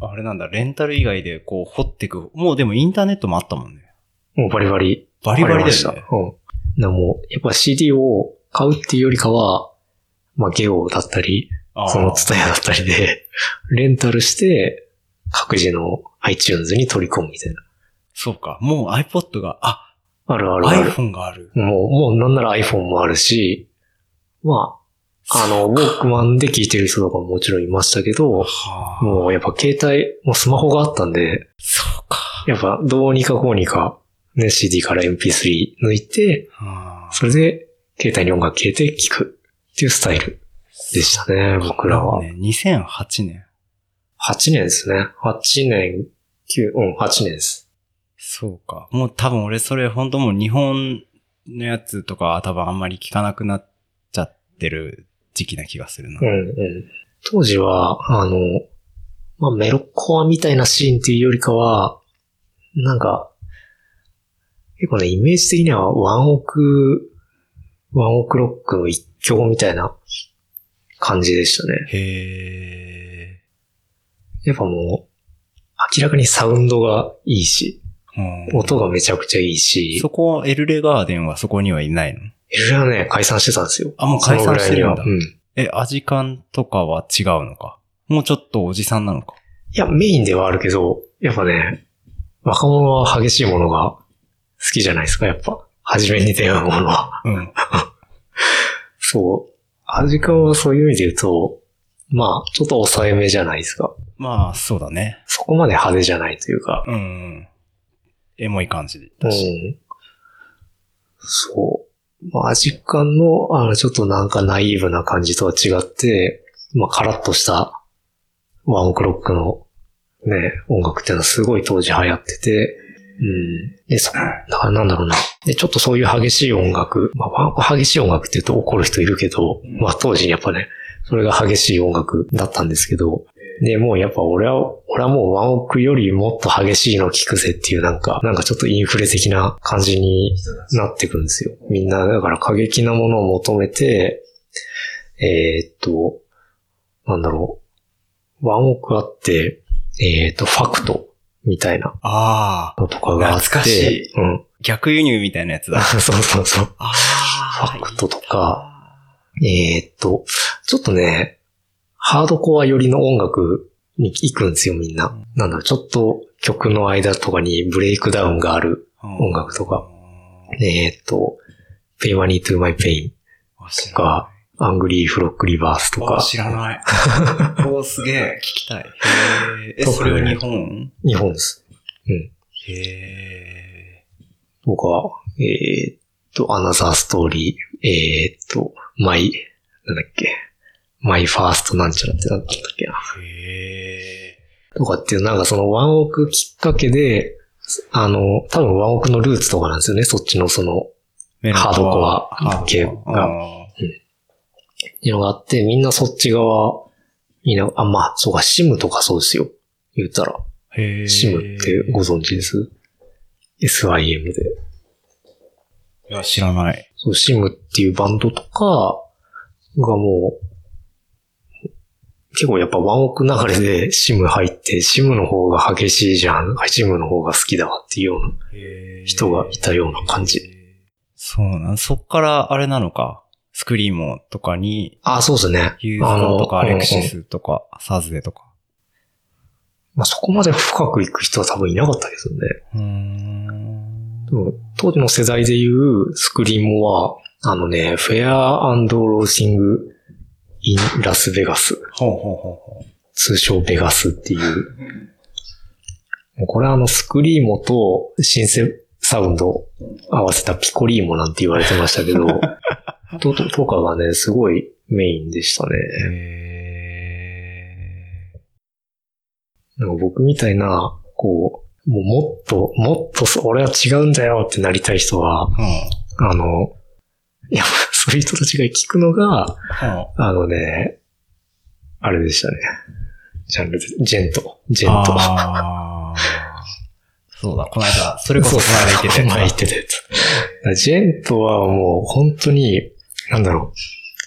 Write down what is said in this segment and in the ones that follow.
あれなんだ、レンタル以外でこう掘ってく。もうでもインターネットもあったもんね。もうバリバリバリバリありまでし。したね。うん。でも、やっぱ CD を買うっていうよりかは、まあ、ゲオだったり、あーそのツタヤだったりで、 レンタルして、各自の iTunes に取り込むみたいな。そうか。もう iPod が、あ、あるあるある。 iPhone がある。もう、もうなんなら iPhone もあるし、まあ、あの、ウォークマンで聴いてる人とかももちろんいましたけど、はあ、もうやっぱ携帯、もうスマホがあったんで、そうか。やっぱどうにかこうにか、ね、CD から MP3 抜いて、はあそれで携帯に音楽消えて聴くっていうスタイルでしたね、僕らは。ね、2008年。 8年ですね。8年、9、うん、8年です。そうか。もう多分俺それ本当もう日本のやつとかは多分あんまり聞かなくなっちゃってる時期な気がするな。うん、うん。当時は、あの、まあ、メロコアみたいなシーンっていうよりかは、なんか、結構ね、イメージ的にはワンオク、ワンオクロックの一強みたいな感じでしたね。へやっぱもう、明らかにサウンドがいいし、ー。うん音がめちゃくちゃいいしそ、こ、エルレガーデンはそこにはいないのいろいろね、解散してたんですよ。あもう解散してるんだそのぐらいにはうん。え、アジカンとかは違うのかもうちょっとおじさんなのかいや、メインではあるけど、やっぱね、若者は激しいものが好きじゃないですか、やっぱ。初めに出会うものは。うん。そう。アジカンはそういう意味で言うと、まあ、ちょっと抑えめじゃないですか。まあ、そうだね。そこまで派手じゃないというか。うんうん。エモい感じうだし。ん。そう。まあ、アジカンの、あの、ちょっとなんかナイーブな感じとは違って、まあ、カラッとしたワンオクロックのね、音楽っていうのはすごい当時流行ってて、うん。で、そ、ななんだろうな。で、ちょっとそういう激しい音楽、まあ、ワンオク激しい音楽って言うと怒る人いるけど、まあ、当時やっぱね、それが激しい音楽だったんですけど、で、もうやっぱ俺は、俺はもうワンオクよりもっと激しいの聞くぜっていうなんか、なんかちょっとインフレ的な感じになってくんですよ。みんなだから過激なものを求めて、えーっと、なんだろう。ワンオクあって、えーっと、ファクトみたいなああ、のとかがあって、懐かしいうん。 逆輸入みたいなやつだ。そうそうそう。あフあァクトとか、えーっと、ちょっとね、ハードコア寄りの音楽に行くんですよ、みんな。なんだろう、ちょっと曲の間とかにブレイクダウンがある。音楽とか。えーっと、Pay Money to My Pain、あ知とらないか Angry Frog Reverse とあか、知ら ない。おーすげえ。聞きたい。へえ。え、とかそねれは日本日本です。へえ。とか、えーっと、Another Story、えーっと、My、なんだっけ、My First なんちゃらってなんだったっけな。へえ。とかっていう、なんかそのワンオクきっかけで、あの、多分ワンオクのルーツとかなんですよね、そっちのその、メロンとハードコアハ系ードコアがあーっていうのがあって、みんなそっち側、みんな、あ、まあ、そうか、シムとかそうですよ。言ったら。へえ。シムってご存知です ?SIM で。いや、知らない。そう、シムっていうバンドとかがもう、結構やっぱワンオク流れでシム入って、シムの方が激しいじゃん、シムの方が好きだわっていうような人がいたような感じ。そうなん。そっから、あれなのか。スクリーモとかに、あ、そうですね。ユーザーとか、あアのレクシうんうんスとか、サズデとか。まあ、そこまで深く行く人は多分いなかったですよね。うーん。でも当時の世代でいうスクリーモは、あのね、フェアローシング・イン・ラス・ベガス。ほうほうほうほう。通称ベガスっていう。もうこれはあのスクリーモとシンセサウンドを合わせたピコリーモなんて言われてましたけど、とととかがね、すごいメインでしたね。へえ。なんか僕みたいな、こう、もうもっと、もっとそ、俺は違うんだよってなりたい人は、うん。あの、いや、そういう人たちが聞くのが、はあのね、あれでしたね。ジャンルで、ジェント。ジェント。ああー。そうだ、この間、それこそこの間言ってたこの間や言ってたやつ。だからジェントはもう本当に、なんだろう。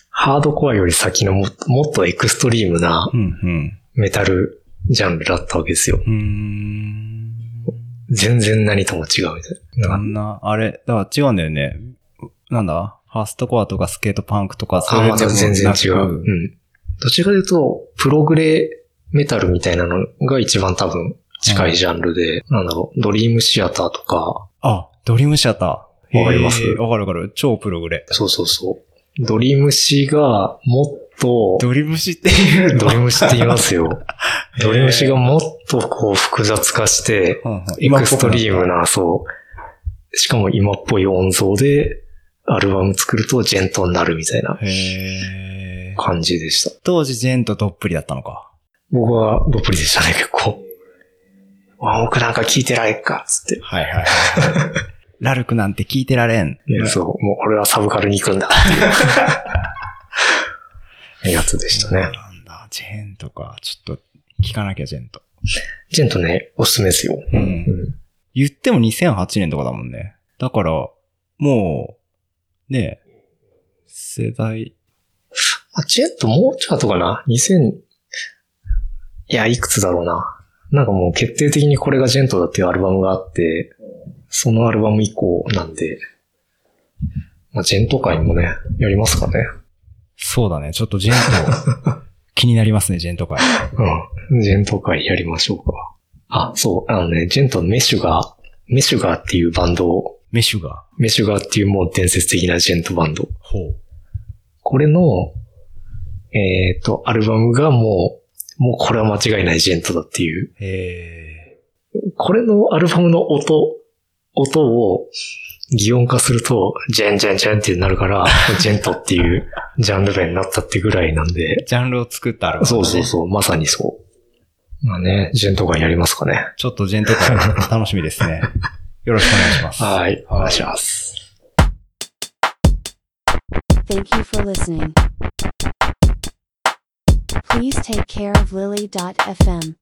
ハードコアより先のももっとエクストリームなつ。うんうん。メタルジャンルだったわけですよ。うーん。全然何とも違うみたいな。どんな、あれ、だから違うんだよね。なんだファーストコアとかスケートパンクとか、そうあ、いうのまあ、でもなく全然違う。うん。どちらかというと、プログレメタルみたいなのが一番多分近いジャンルで、なんだろう、ドリームシアターとか、あ、ドリームシアター。わかりますへーわかるわかる。超プログレ。そうそうそう。ドリームシがもっと、ドリームシっていう。。ドリームシって言いますすよ へードリームシがもっとこう複雑化して、うんうんエクストリー今ム。っぽくなっな、そう。しかも今っぽい音像で、アルバム作るとジェントになるみたいなたへー感じでした。当時ジェンとどっぷりだったのか。僕はどっぷりでしたね、結構。ワンオクなんか聞いてられっか、つって。はいはい。ラルクなんて聞いてられん。そう、もう俺はサブカルに行くん だ。やつでしたそねう。なんだ。ジェンとか、ちょっと聞かなきゃジェンと。ジェントね、おすすめですよ。うんうん言っても2008年とかだもんね。だから、もう、ねえ、世代、あ、ジェントもうちょっとかな ?2000、いや、いくつだろうな。なんかもう決定的にこれがジェントだっていうアルバムがあって、そのアルバム以降なんで、まあ、ジェント界もね、やりますかね。そうだね。ちょっとジェント、気になりますね、ジェント 会。うん。ジェント会やりましょうか。あ、そう、あのね、ジェントのメシュガー、メシュガーっていうバンドを、メシュが。メシュガーっていうもう伝説的なジェントバンド。ほう。これの、えっ、と、アルバムがもう、もうこれは間違いないジェントだっていう。えこれのアルバムの音、音を擬音化すると、ジェンジェンジェンってなるから、 ジェントっていうジャンル名になったってぐらいなんでー、、ジャンルを作ったある、そうそうそう、まさにそう。まあね、ジェント感やりますかね。ちょっとジェント会、楽しみです ね。よろしくお願いします。はい、お願いします。 Thank you for listening. Please take care of Lily.fm.